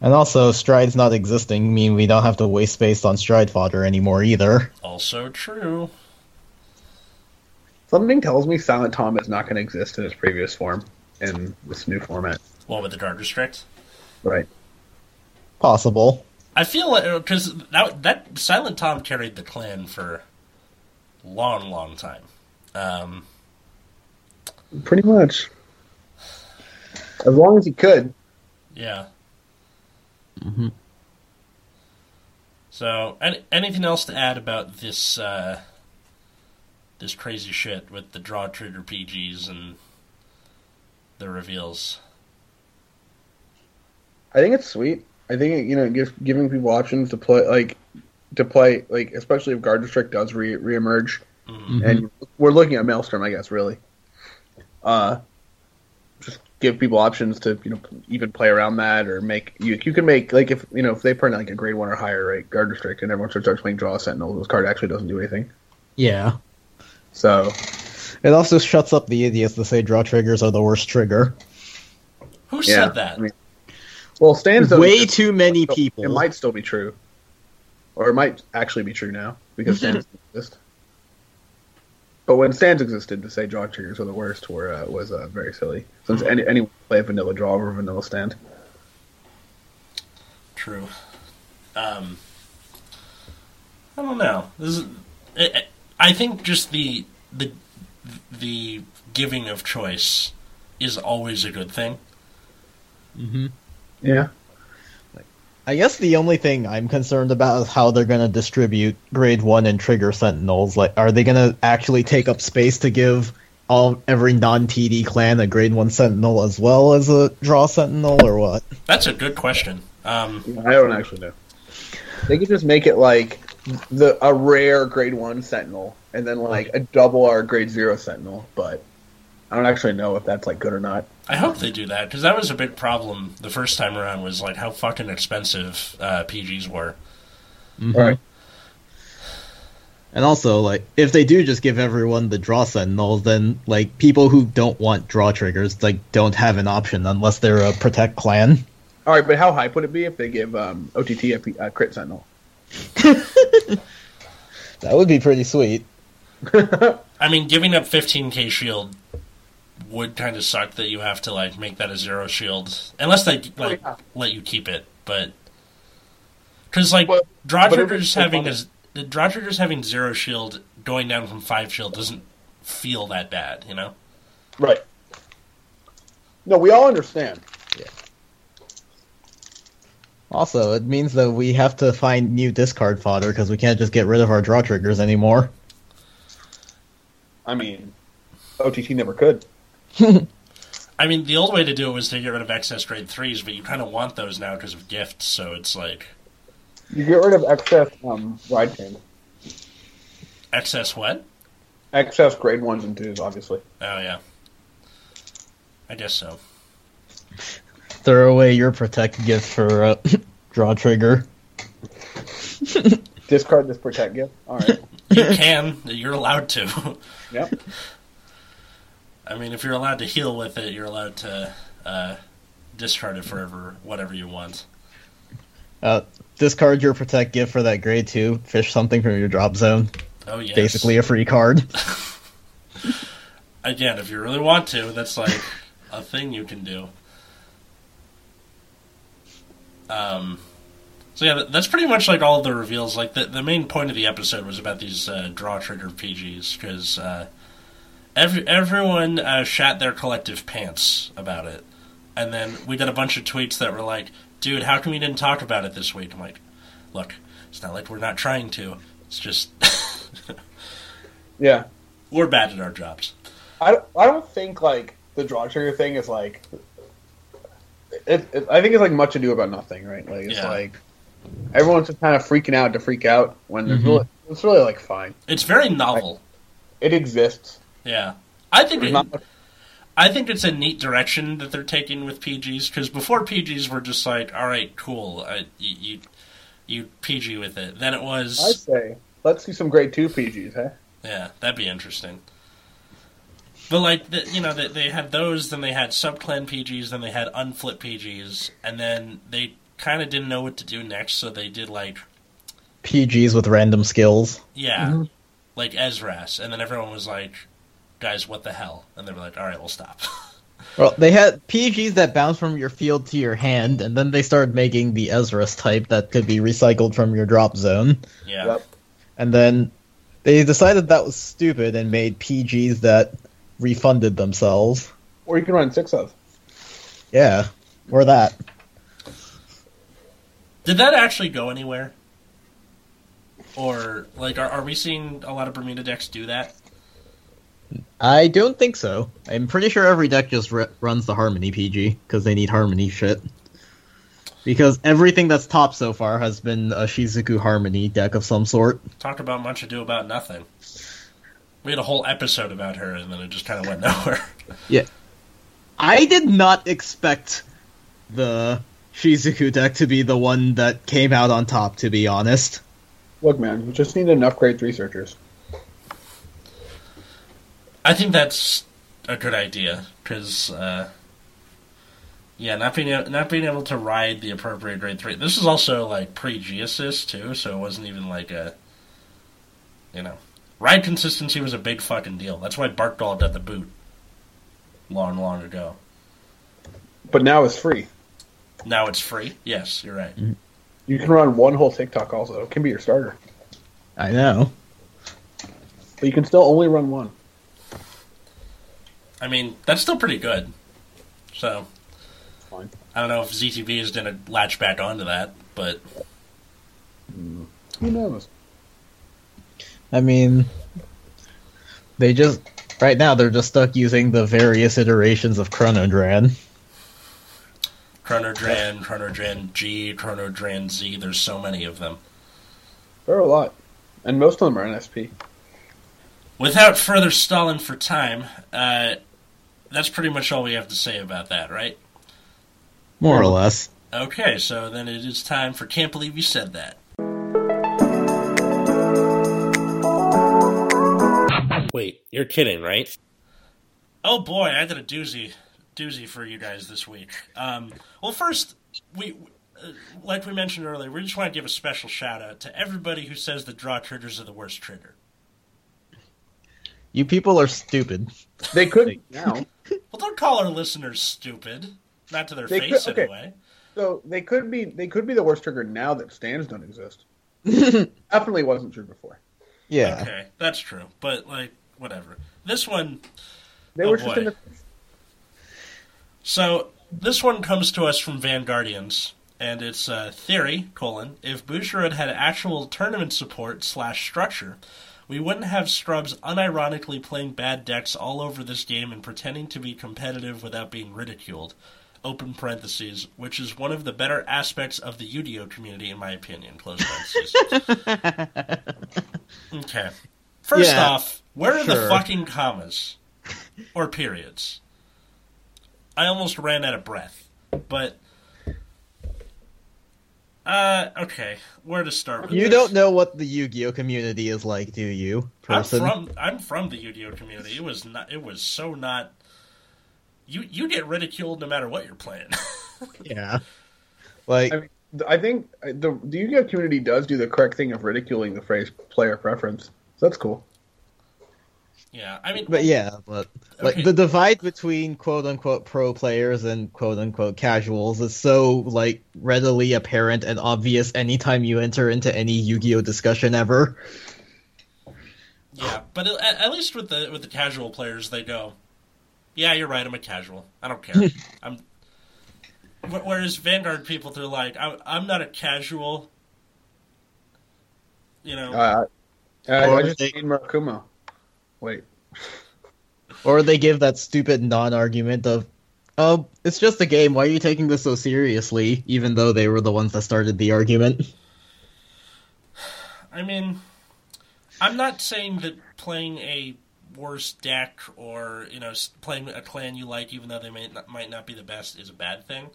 Speaker 3: and also strides not existing mean we don't have to waste space on stride fodder anymore either.
Speaker 1: Also true.
Speaker 2: Something tells me Silent Tom is not going to exist in its previous form in this new format.
Speaker 1: What with the guard restrict?
Speaker 2: Right.
Speaker 3: Possible.
Speaker 1: I feel like because that, that Silent Tom carried the clan for long, long time. Um,
Speaker 2: Pretty much. As long as he could.
Speaker 1: yeah.
Speaker 3: Mhm.
Speaker 1: So, any, anything else to add about this uh, this crazy shit with the draw trigger PGs and the reveals?
Speaker 2: I think it's sweet. I think it, you know, give, giving people options to play, like to play, like especially if Guard District does re reemerge,
Speaker 1: Mhm.
Speaker 3: Mhm.
Speaker 2: and we're looking at Maelstrom, I guess, really. Uh, just give people options to you know even play around that or make you you can make like if you know if they print like a grade one or higher right guard district and everyone starts playing draw sentinel this card actually doesn't do anything
Speaker 3: Yeah.
Speaker 2: so
Speaker 3: It also shuts up the idiots that say draw triggers are the worst trigger.
Speaker 1: Who
Speaker 2: yeah
Speaker 1: said that?
Speaker 2: I mean, well stands though,
Speaker 3: Way too many people.
Speaker 2: it might still be true or it might actually be true now because stands exist but when stands existed to say draw triggers were the worst were uh, was uh, very silly since
Speaker 3: Mm-hmm.
Speaker 2: any anyone could play a vanilla draw over a vanilla stand
Speaker 1: True. Um, I don't know. This is, I- I think just the the the giving of choice is always a good thing.
Speaker 3: hmm
Speaker 2: Yeah.
Speaker 3: I guess the only thing I'm concerned about is how they're going to distribute grade one and trigger sentinels. Like, are they going to actually take up space to give all every non-TD clan a grade one sentinel as well as a draw sentinel, or what?
Speaker 1: That's a good question. Um,
Speaker 2: I don't actually know. They could just make it like the a rare grade one sentinel and then like a double or a grade zero sentinel, but I don't actually know if that's like good or not.
Speaker 1: I hope they do that because that was a big problem the first time around. Was like how fucking expensive uh, PGs were.
Speaker 3: Mm-hmm.
Speaker 2: Right.
Speaker 3: And also, like, if they do just give everyone the draw sentinels, then like people who don't want draw triggers like don't have an option unless they're a protect clan.
Speaker 2: All right, but how hype would it be if they give um, OTT a, P- a crit sentinel?
Speaker 3: That would be pretty sweet.
Speaker 1: I mean, giving up 15k shield would kind of suck that you have to like make that a zero shield, unless they like
Speaker 2: Oh, yeah.
Speaker 1: let you keep it. But because like
Speaker 2: But-
Speaker 1: draw
Speaker 2: but it
Speaker 1: triggers
Speaker 2: was-
Speaker 1: having is the draw triggers having zero shield going down from five shield doesn't feel that bad, you know.
Speaker 2: Right. No, we all understand.
Speaker 3: Also, it means that we have to find new discard fodder because we can't just get rid of our draw triggers anymore.
Speaker 2: I mean, OTT never could.
Speaker 1: I mean, the old way to do it was to get rid of excess grade threes, but you kind of want those now because of gifts. So it's like
Speaker 2: You get rid of excess um, ride chains,
Speaker 1: excess what?
Speaker 2: excess grade ones and twos, obviously.
Speaker 1: Oh yeah, I guess so.
Speaker 3: Throw away your protect gift for uh, draw trigger.
Speaker 2: Discard this protect gift. All right.
Speaker 1: You can. You're allowed to.
Speaker 2: yep.
Speaker 1: I mean, if you're allowed to heal with it, you're allowed to uh, discard it forever, whatever you want.
Speaker 3: Uh, discard your protect gift for that grade two. Fish something from your drop zone.
Speaker 1: Oh yes.
Speaker 3: Basically, a free card.
Speaker 1: again, if you really want to, that's like a thing you can do. Um, so yeah, that's pretty much like all the reveals. Like the the main point of the episode was about these uh, draw trigger PGs because uh, every everyone uh, shat their collective pants about it, and then we got a bunch of tweets that were like, "Dude, how come we didn't talk about it this week?" I'm like, "Look, it's not like we're not trying to. It's just
Speaker 2: Yeah.
Speaker 1: we're bad at our jobs."
Speaker 2: I, I don't think like the draw trigger thing is like. It, it, I think it's like much ado about nothing, right? Like it's
Speaker 1: Yeah.
Speaker 2: like everyone's just kind of freaking out to freak out when there's
Speaker 3: Mhm.
Speaker 2: really, it's really like fine.
Speaker 1: It's very novel.
Speaker 2: It exists.
Speaker 1: Yeah, I think
Speaker 2: There's
Speaker 1: it,
Speaker 2: not much
Speaker 1: I think it's a neat direction that they're taking with PGs because before PGs were just like, all right, cool, I, you, you you PG with it. Then it
Speaker 2: I
Speaker 1: was,
Speaker 2: say. Let's see some grade two eh? PGs, huh?
Speaker 1: yeah, that'd be interesting. But like, the, you know, they, they had those, then they had subclan PGs, then they had unflip PGs, and then they kind of didn't know what to do next, so they did like,
Speaker 3: PGs with random skills.
Speaker 1: yeah,
Speaker 2: Mhm.
Speaker 1: like Ezras, and then everyone was like, guys, what the hell? And they were like, all right, we'll stop.
Speaker 3: Well, they had PGs that bounce from your field to your hand, and then they started making the Ezra's type that could be recycled from your drop zone.
Speaker 1: yeah.
Speaker 2: Yep.
Speaker 3: And then they decided that was stupid and made PGs that refunded themselves.
Speaker 2: Or you can run six of.
Speaker 3: Yeah, or that.
Speaker 1: Did that actually go anywhere? Or like, are, are we seeing a lot of Bermuda decks do that?
Speaker 3: I don't think so. I'm pretty sure every deck just re- runs the Harmony PG because they need Harmony shit. Because everything that's top so far has been a Shizuku Harmony deck of some sort.
Speaker 1: Talk about much ado about nothing. We had a whole episode about her, and then it just kind of went nowhere.
Speaker 3: I did not expect the Shizuku deck to be the one that came out on top, to be honest.
Speaker 2: Look, man, you just need enough grade three searchers.
Speaker 1: I think that's a good idea because, uh, yeah, not being a- not being able to ride the appropriate grade three. This is also like pre Geosis too, so it wasn't even like a, you know, ride consistency was a big fucking deal. That's why Barkdoll got the boot long, long ago.
Speaker 2: But now it's free.
Speaker 1: Now it's free. Yes, you're right.
Speaker 2: You can run one whole TikTok also. It can be your starter.
Speaker 3: I know.
Speaker 2: But you can still only run one.
Speaker 1: I mean, that's still pretty good. So
Speaker 2: Fine.
Speaker 1: I don't know if ZTV is going to latch back onto that, but
Speaker 2: Who knows?
Speaker 3: I mean, they just right now they're just stuck using the various iterations of Chrono Dran.
Speaker 1: Chrono Dran, Chrono Dran G, Chrono Dran Z. There's so many of them.
Speaker 2: There are a lot. And most of them are NSP.
Speaker 1: Without further stalling for time, uh, that's pretty much all we have to say about that, right?
Speaker 3: More or less.
Speaker 1: Okay, so then it is time for Can't Believe You Said That. Wait, you're kidding, right? Oh boy, I did a doozy, doozy for you guys this week. Um, well, first, we, uh, like we mentioned earlier, we just want to give a special shout out to everybody who says that draw triggers are the worst trigger.
Speaker 3: You people are stupid.
Speaker 2: They could now.
Speaker 1: Well, don't call our listeners stupid, not to their
Speaker 2: They
Speaker 1: face
Speaker 2: could- okay.
Speaker 1: anyway.
Speaker 2: So they could be they could be the worst trigger now that stands don't exist. Definitely wasn't true before.
Speaker 3: Yeah.
Speaker 1: Okay, that's true, but like whatever. This one,
Speaker 2: They
Speaker 1: Oh,
Speaker 2: were
Speaker 1: boy.
Speaker 2: just in the
Speaker 1: So this one comes to us from Vanguardians, and it's uh, theory colon if Boucherud had actual tournament support slash structure, we wouldn't have Scrubs unironically playing bad decks all over this game and pretending to be competitive without being ridiculed. Open parentheses, which is one of the better aspects of the UDO community, in my opinion. Close parentheses. okay. First
Speaker 3: Yeah,
Speaker 1: off, where are the
Speaker 3: sure.
Speaker 1: fucking commas or periods? I almost ran out of breath. But uh okay, where to start with
Speaker 3: You
Speaker 1: this?
Speaker 3: don't know what the Yu-Gi-Oh community is like, do you, person?
Speaker 1: I'm from I'm from the Yu-Gi-Oh community. It was not it was so not you you get ridiculed no matter what you're playing.
Speaker 3: yeah. Like
Speaker 2: I mean, I think the the Yu-Gi-Oh community does do the correct thing of ridiculing the phrase player preference. So that's cool.
Speaker 1: yeah. I mean
Speaker 3: but yeah, but like
Speaker 1: Okay.
Speaker 3: the divide between quote unquote pro players and quote unquote casuals is so like readily apparent and obvious anytime you enter into any Yu-Gi-Oh discussion ever.
Speaker 1: yeah, but at, at least with the with the casual players they go, "Yeah, you're right, I'm a casual. I don't care." I'm Wh- whereas Vanguard people they're like, I, "I'm not a casual." You know,
Speaker 2: Uh, I, I-
Speaker 3: Or
Speaker 2: I just
Speaker 3: they-
Speaker 2: mean Murakumo. Wait,
Speaker 3: Or they give that stupid non-argument of, "Oh, it's just a game. Why are you taking this so seriously?" Even though they were the ones that started the argument.
Speaker 1: I mean, I'm not saying that playing a worse deck or you know s- playing a clan you like, even though they may not, might not be the best, is a bad thing.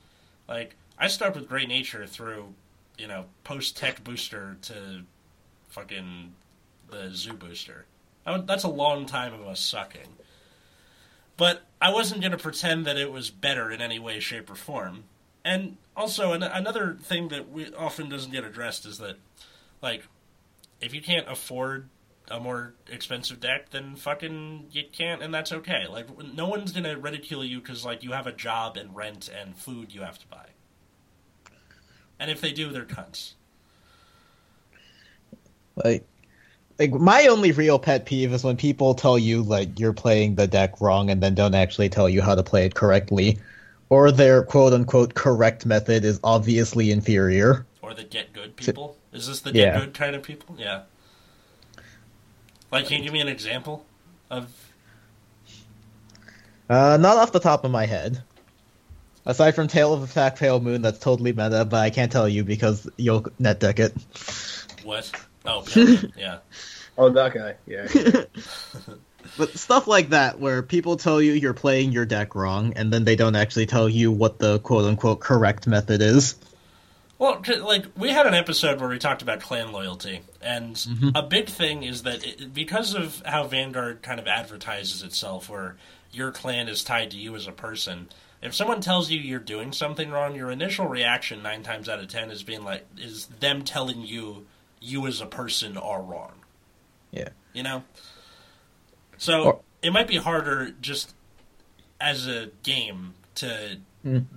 Speaker 1: Like I start with Great Nature through you know post tech booster to fucking the zoo booster. I would- That's a long time of us sucking. But I wasn't going to pretend that it was better in any way, shape, or form. And also, an- another thing that we often doesn't get addressed is that, like, if you can't afford a more expensive deck, then fucking you can't, and that's okay. Like, no one's gonna ridicule you because like you have a job and rent and food you have to buy. And if they do, they're cunts.
Speaker 3: Like, like my only real pet peeve is when people tell you like you're playing the deck wrong and then don't actually tell you how to play it correctly, or their quote unquote correct method is obviously inferior.
Speaker 1: Or the get good people. Is this the get
Speaker 3: Yeah.
Speaker 1: good kind of people? Yeah. Like, can you give me an example of?
Speaker 3: Uh, not off the top of my head. Aside from Tale of Attack Pale Moon, that's totally meta, but I can't tell you because you'll net deck it.
Speaker 1: What? Oh, yeah. yeah.
Speaker 2: oh that guy, yeah. yeah.
Speaker 3: But stuff like that, where people tell you you're playing your deck wrong, and then they don't actually tell you what the quote unquote correct method is.
Speaker 1: Well, 'cause, like we had an episode where we talked about clan loyalty, and
Speaker 3: Mm-hmm.
Speaker 1: a big thing is that it, because of how Vanguard kind of advertises itself, where your clan is tied to you as a person. If someone tells you you're doing something wrong, your initial reaction nine times out of ten is being like is them telling you you as a person are wrong.
Speaker 3: Yeah.
Speaker 1: You know? So
Speaker 3: Or-
Speaker 1: it might be harder just as a game to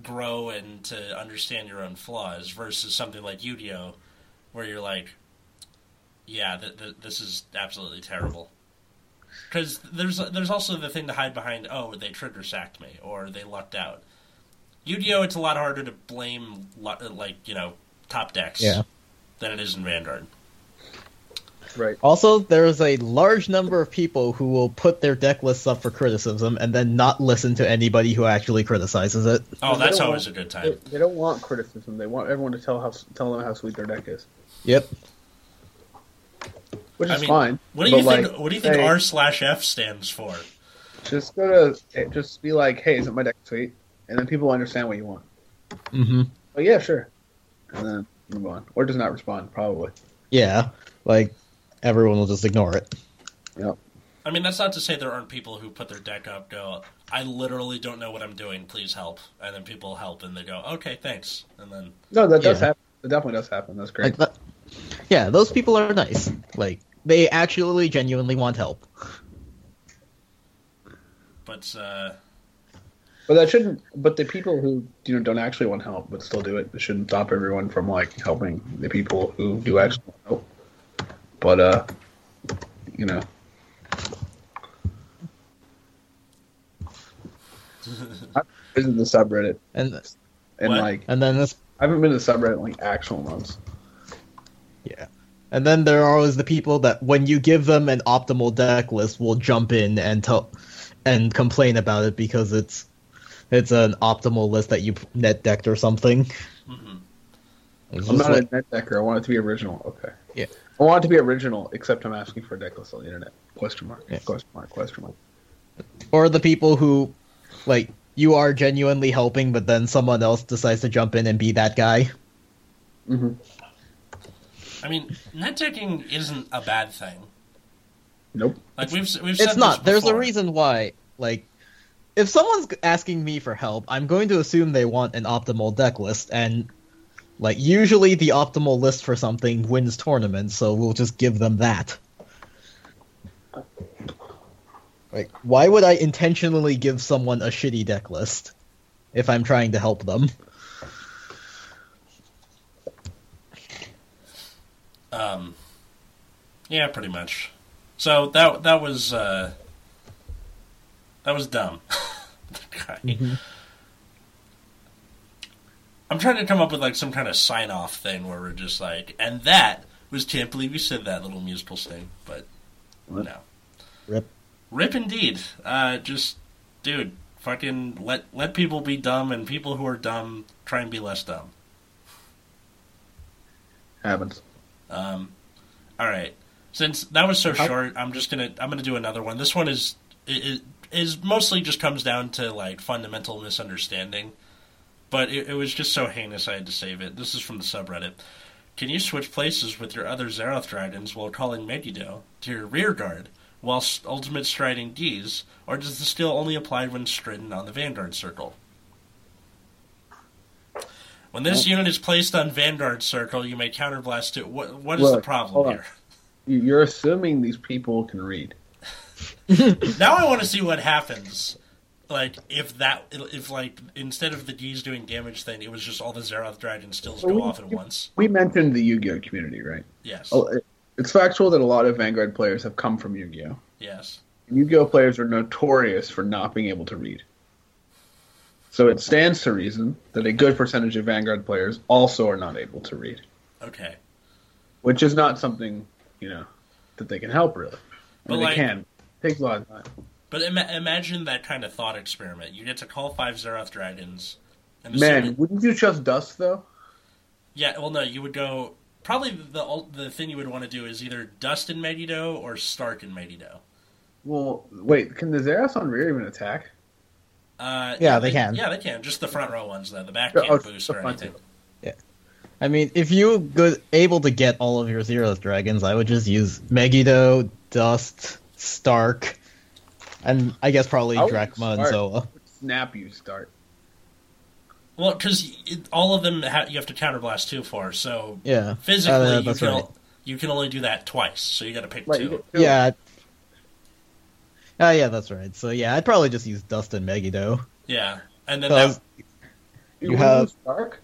Speaker 1: grow and to understand your own flaws versus something like Yu-Gi-Oh, where you're like, yeah, th- th- this is absolutely terrible. Because there's there's also the thing to hide behind. Oh, they trigger sacked me, or they lucked out. Yu-Gi-Oh, it's a lot harder to blame lu- uh, like you know top decks
Speaker 3: Yeah.
Speaker 1: than it is in Vanguard.
Speaker 2: Right.
Speaker 3: Also, there is a large number of people who will put their deck lists up for criticism and then not listen to anybody who actually criticizes it.
Speaker 1: Oh,
Speaker 2: Well, they
Speaker 1: that's
Speaker 2: don't
Speaker 1: always a
Speaker 2: want-
Speaker 1: good
Speaker 2: They,
Speaker 1: time.
Speaker 2: they don't want criticism. They want everyone to tell how tell them how sweet their deck is,
Speaker 3: Yep.
Speaker 2: which is
Speaker 1: I mean,
Speaker 2: fine.
Speaker 1: What do you
Speaker 2: but,
Speaker 1: think?
Speaker 2: like,
Speaker 1: what do you think
Speaker 2: hey,
Speaker 1: R slash F stands for?
Speaker 2: Just go to eh, just be like, hey, isn't my deck sweet? And then people understand what you want.
Speaker 3: hmm
Speaker 2: Like, Oh, yeah, sure. And then move on, or does not respond probably.
Speaker 3: Yeah. Like, everyone will just ignore it.
Speaker 2: Yep.
Speaker 1: I mean, that's not to say there aren't people who put their deck up, go, I literally don't know what I'm doing, please help. And then people help and they go, okay, thanks. And then,
Speaker 2: No, that does
Speaker 3: Yeah.
Speaker 2: happen. It definitely does happen. That's great.
Speaker 3: Like, that, yeah, those people are nice. Like, they actually genuinely want help.
Speaker 1: but, uh,
Speaker 2: But that shouldn't. But the people who you know don't actually want help but still do it, it shouldn't stop everyone from like helping the people who do actually want help. But uh, you know, I've been to the subreddit
Speaker 3: And
Speaker 2: and
Speaker 1: What?
Speaker 2: like
Speaker 3: and then this
Speaker 2: I haven't been to the subreddit in like actual months.
Speaker 3: yeah. And then there are always the people that when you give them an optimal deck list will jump in and tell and complain about it because it's it's an optimal list that you net decked or something.
Speaker 1: mhm.
Speaker 3: It's
Speaker 2: I'm
Speaker 3: just
Speaker 2: not
Speaker 3: like-
Speaker 2: a net decker. I want it to be original. Okay.
Speaker 3: Yeah.
Speaker 2: I want it to be original, except I'm asking for a deck list on the internet. Question mark.
Speaker 3: Yeah.
Speaker 2: Question mark. Question mark.
Speaker 3: or the people who like you are genuinely helping but then someone else decides to jump in and be that guy
Speaker 2: hmm
Speaker 1: I mean, net decking isn't a bad thing.
Speaker 2: Nope.
Speaker 1: Like, we've, we've said
Speaker 3: it's not
Speaker 1: this
Speaker 3: there's a
Speaker 1: before.
Speaker 3: reason why like if someone's asking me for help i'm going to assume they want an optimal deck list and like usually the optimal list for something wins tournaments so we'll just give them that like why would i intentionally give someone a shitty deck list if i'm trying to help them
Speaker 1: Um, yeah, pretty much. So that, that was, uh, that was dumb. The guy. I'm trying to come up with like some kind of sign off thing where we're just like, and that was can't believe we said that little musical thing, but
Speaker 2: What?
Speaker 1: no.
Speaker 3: Rip.
Speaker 1: Rip indeed. Uh, just dude, fucking let let people be dumb and people who are dumb try and be less dumb.
Speaker 2: Happens.
Speaker 1: Um, all right. Since that was so
Speaker 2: How-
Speaker 1: short, I'm just gonna I'm gonna do another one. This one is is, is mostly just comes down to like fundamental misunderstanding, but it, it was just so heinous I had to save it. This is from the subreddit. Can you switch places with your other Xeroth dragons while calling Megiddo to your rear guard whilst ultimate striding D's, or does this still only apply when stridden on the Vanguard Circle? When this unit is placed on Vanguard Circle, you may counterblast it. What, what is the
Speaker 2: Look,
Speaker 1: problem
Speaker 2: hold on.
Speaker 1: here?
Speaker 2: You- You're assuming these people can read.
Speaker 1: Now I want to see what happens. Like if that, if like instead of the D's doing damage thing, it was just all the Xeroth Dragons stills
Speaker 2: Well,
Speaker 1: go
Speaker 2: we-
Speaker 1: off at once.
Speaker 2: We mentioned the Yu-Gi-Oh community, right?
Speaker 1: Yes,
Speaker 2: Oh, it- It's factual that a lot of Vanguard players have come from Yu-Gi-Oh.
Speaker 1: yes.
Speaker 2: Yu-Gi-Oh players are notorious for not being able to read. So it stands to reason that a good percentage of Vanguard players also are not able to read,
Speaker 1: Okay,
Speaker 2: which is not something you know that they can help really. I
Speaker 1: But
Speaker 2: mean,
Speaker 1: like-
Speaker 2: they can. It takes a lot of time.
Speaker 1: but ima- imagine that kind of thought experiment. You get to call five Xeroth Dragons. And
Speaker 2: Man,
Speaker 1: assume-
Speaker 2: wouldn't you just dust though?
Speaker 1: yeah. Well, no, you would go. Probably the ul- the thing you would want to do is either Dust and Megiddo or Stark and Megiddo.
Speaker 2: Well, wait. Can the Xeros on rear even attack?
Speaker 1: Uh,
Speaker 3: Yeah, they can.
Speaker 1: Yeah, they can. Just the front row ones though. The back
Speaker 2: Yeah,
Speaker 1: can't
Speaker 2: oh,
Speaker 1: boost
Speaker 2: the
Speaker 1: or
Speaker 2: front
Speaker 1: anything.
Speaker 2: two.
Speaker 3: I mean, if you go able to get all of your Zeroth dragons, I would just use Megiddo, Dust, Stark, and I guess probably
Speaker 2: I would
Speaker 3: Drachma and
Speaker 2: use
Speaker 3: Zoa.
Speaker 2: Snap, you start.
Speaker 1: Well, because all of them ha- you have to counterblast two for. So
Speaker 3: Yeah.
Speaker 1: physically
Speaker 3: Uh,
Speaker 1: you
Speaker 3: that's
Speaker 1: can
Speaker 3: right.
Speaker 1: al- you can only do that twice, so you got to pick
Speaker 2: Right, you
Speaker 1: two.
Speaker 2: get two.
Speaker 3: Yeah. Ah, Oh, yeah, that's right. So, yeah, I'd probably just use Dust and Megiddo.
Speaker 1: Yeah, and then
Speaker 3: Because
Speaker 1: that,
Speaker 2: You,
Speaker 3: You
Speaker 2: have
Speaker 3: have-
Speaker 2: Stark.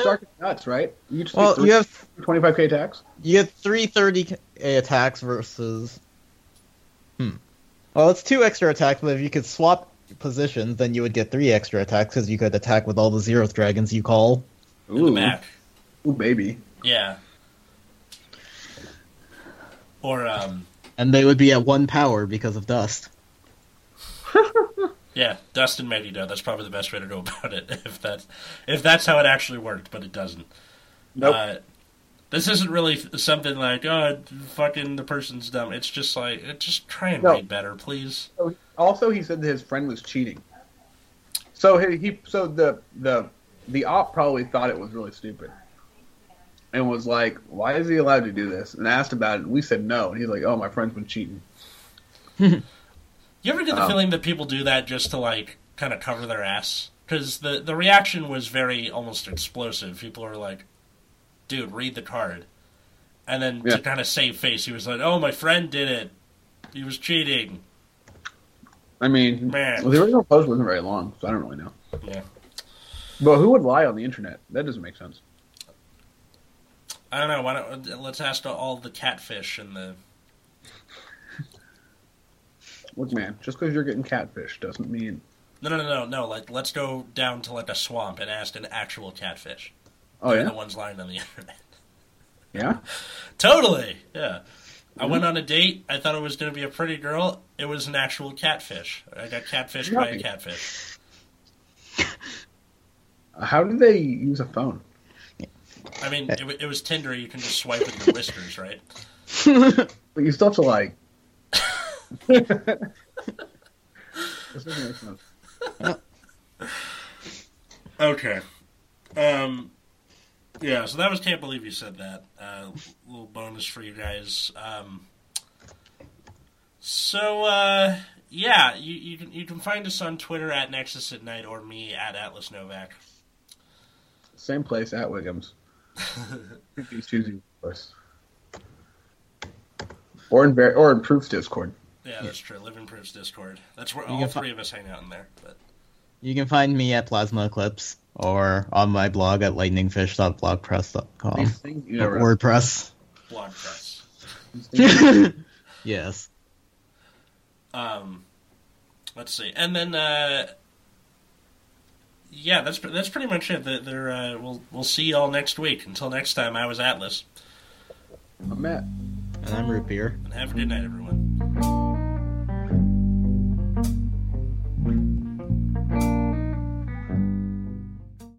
Speaker 2: Stark is nuts, right? You just
Speaker 3: well, you have
Speaker 2: twenty five k tax.
Speaker 3: you get three thirty eh, attacks versus. Hmm. Well, it's two extra attacks, but if you could swap positions, then you would get three extra attacks because you could attack with all the zeroth dragons you call.
Speaker 1: in the back.
Speaker 2: Ooh, baby.
Speaker 1: Yeah. Or um
Speaker 3: And they would be at one power because of dust.
Speaker 1: yeah, Dustin Medina, that's probably the best way to go about it if that's if that's how it actually worked, but it doesn't.
Speaker 2: Nope.
Speaker 1: Uh, this isn't really something like, oh, fucking the person's dumb. It's just like, eh, just try and
Speaker 2: No.
Speaker 1: read better, please.
Speaker 2: So, also, he said that his friend was cheating. So he, he so the the the op probably thought it was really stupid, and was like, "Why is he allowed to do this?" And asked about it. And we said no, and he's like, "Oh, my friend's been cheating."
Speaker 1: You ever get the
Speaker 2: Um.
Speaker 1: feeling that people do that just to, like, kind of cover their ass? Because the, the reaction was very almost explosive. People were like, dude, read the card. And then
Speaker 2: Yeah.
Speaker 1: to kind of save face, he was like, oh, my friend did it. He was cheating.
Speaker 2: I mean,
Speaker 1: Man.
Speaker 2: well, the original post wasn't very long, so I don't really know.
Speaker 1: Yeah.
Speaker 2: But who would lie on the internet? That doesn't make sense.
Speaker 1: I don't know. Why don't, let's ask all the catfish and the.
Speaker 2: Look, man, just because you're getting catfish doesn't mean.
Speaker 1: No, no, no, no, no. Like, let's go down to, like, a swamp and ask an actual catfish.
Speaker 2: Oh
Speaker 1: They're
Speaker 2: yeah,
Speaker 1: the ones lying on the internet.
Speaker 2: yeah.
Speaker 1: Totally. Yeah. I went on a date. I thought it was going to be a pretty girl. It was an actual catfish. I got catfished by a
Speaker 2: Right.
Speaker 1: catfish.
Speaker 2: How did they use a phone?
Speaker 1: I mean, it, wa- it was Tinder. You can just swipe with your whiskers, right?
Speaker 2: But you still have to like. this doesn't make sense.
Speaker 1: Okay. Um, yeah, so that was Can't Believe You Said That. Uh, little bonus for you guys. Um, so, uh, yeah, you, you, can, you can find us on Twitter at Nexus at Night or me at Atlas Novak.
Speaker 2: Same place at Wiggums. He's choosing place. Or in Ver- or in Proof's Discord.
Speaker 1: Yeah, Hmm. that's true. Living Proof's Discord. That's where
Speaker 3: You
Speaker 1: all
Speaker 3: can fi-
Speaker 1: three of us hang out in there. But
Speaker 3: You can find me at Plasma Eclipse or on my blog at lightningfish.blogpress.com.
Speaker 2: These things you never.
Speaker 3: WordPress.
Speaker 1: blog press.
Speaker 2: these things-
Speaker 3: yes.
Speaker 1: Um, let's see, and then uh, yeah, that's that's pretty much it. There, there, uh, we'll we'll see y'all next week. Until next time, I was Atlas,
Speaker 2: I'm at.
Speaker 3: And I'm Root Beer.
Speaker 1: and have a good night, everyone.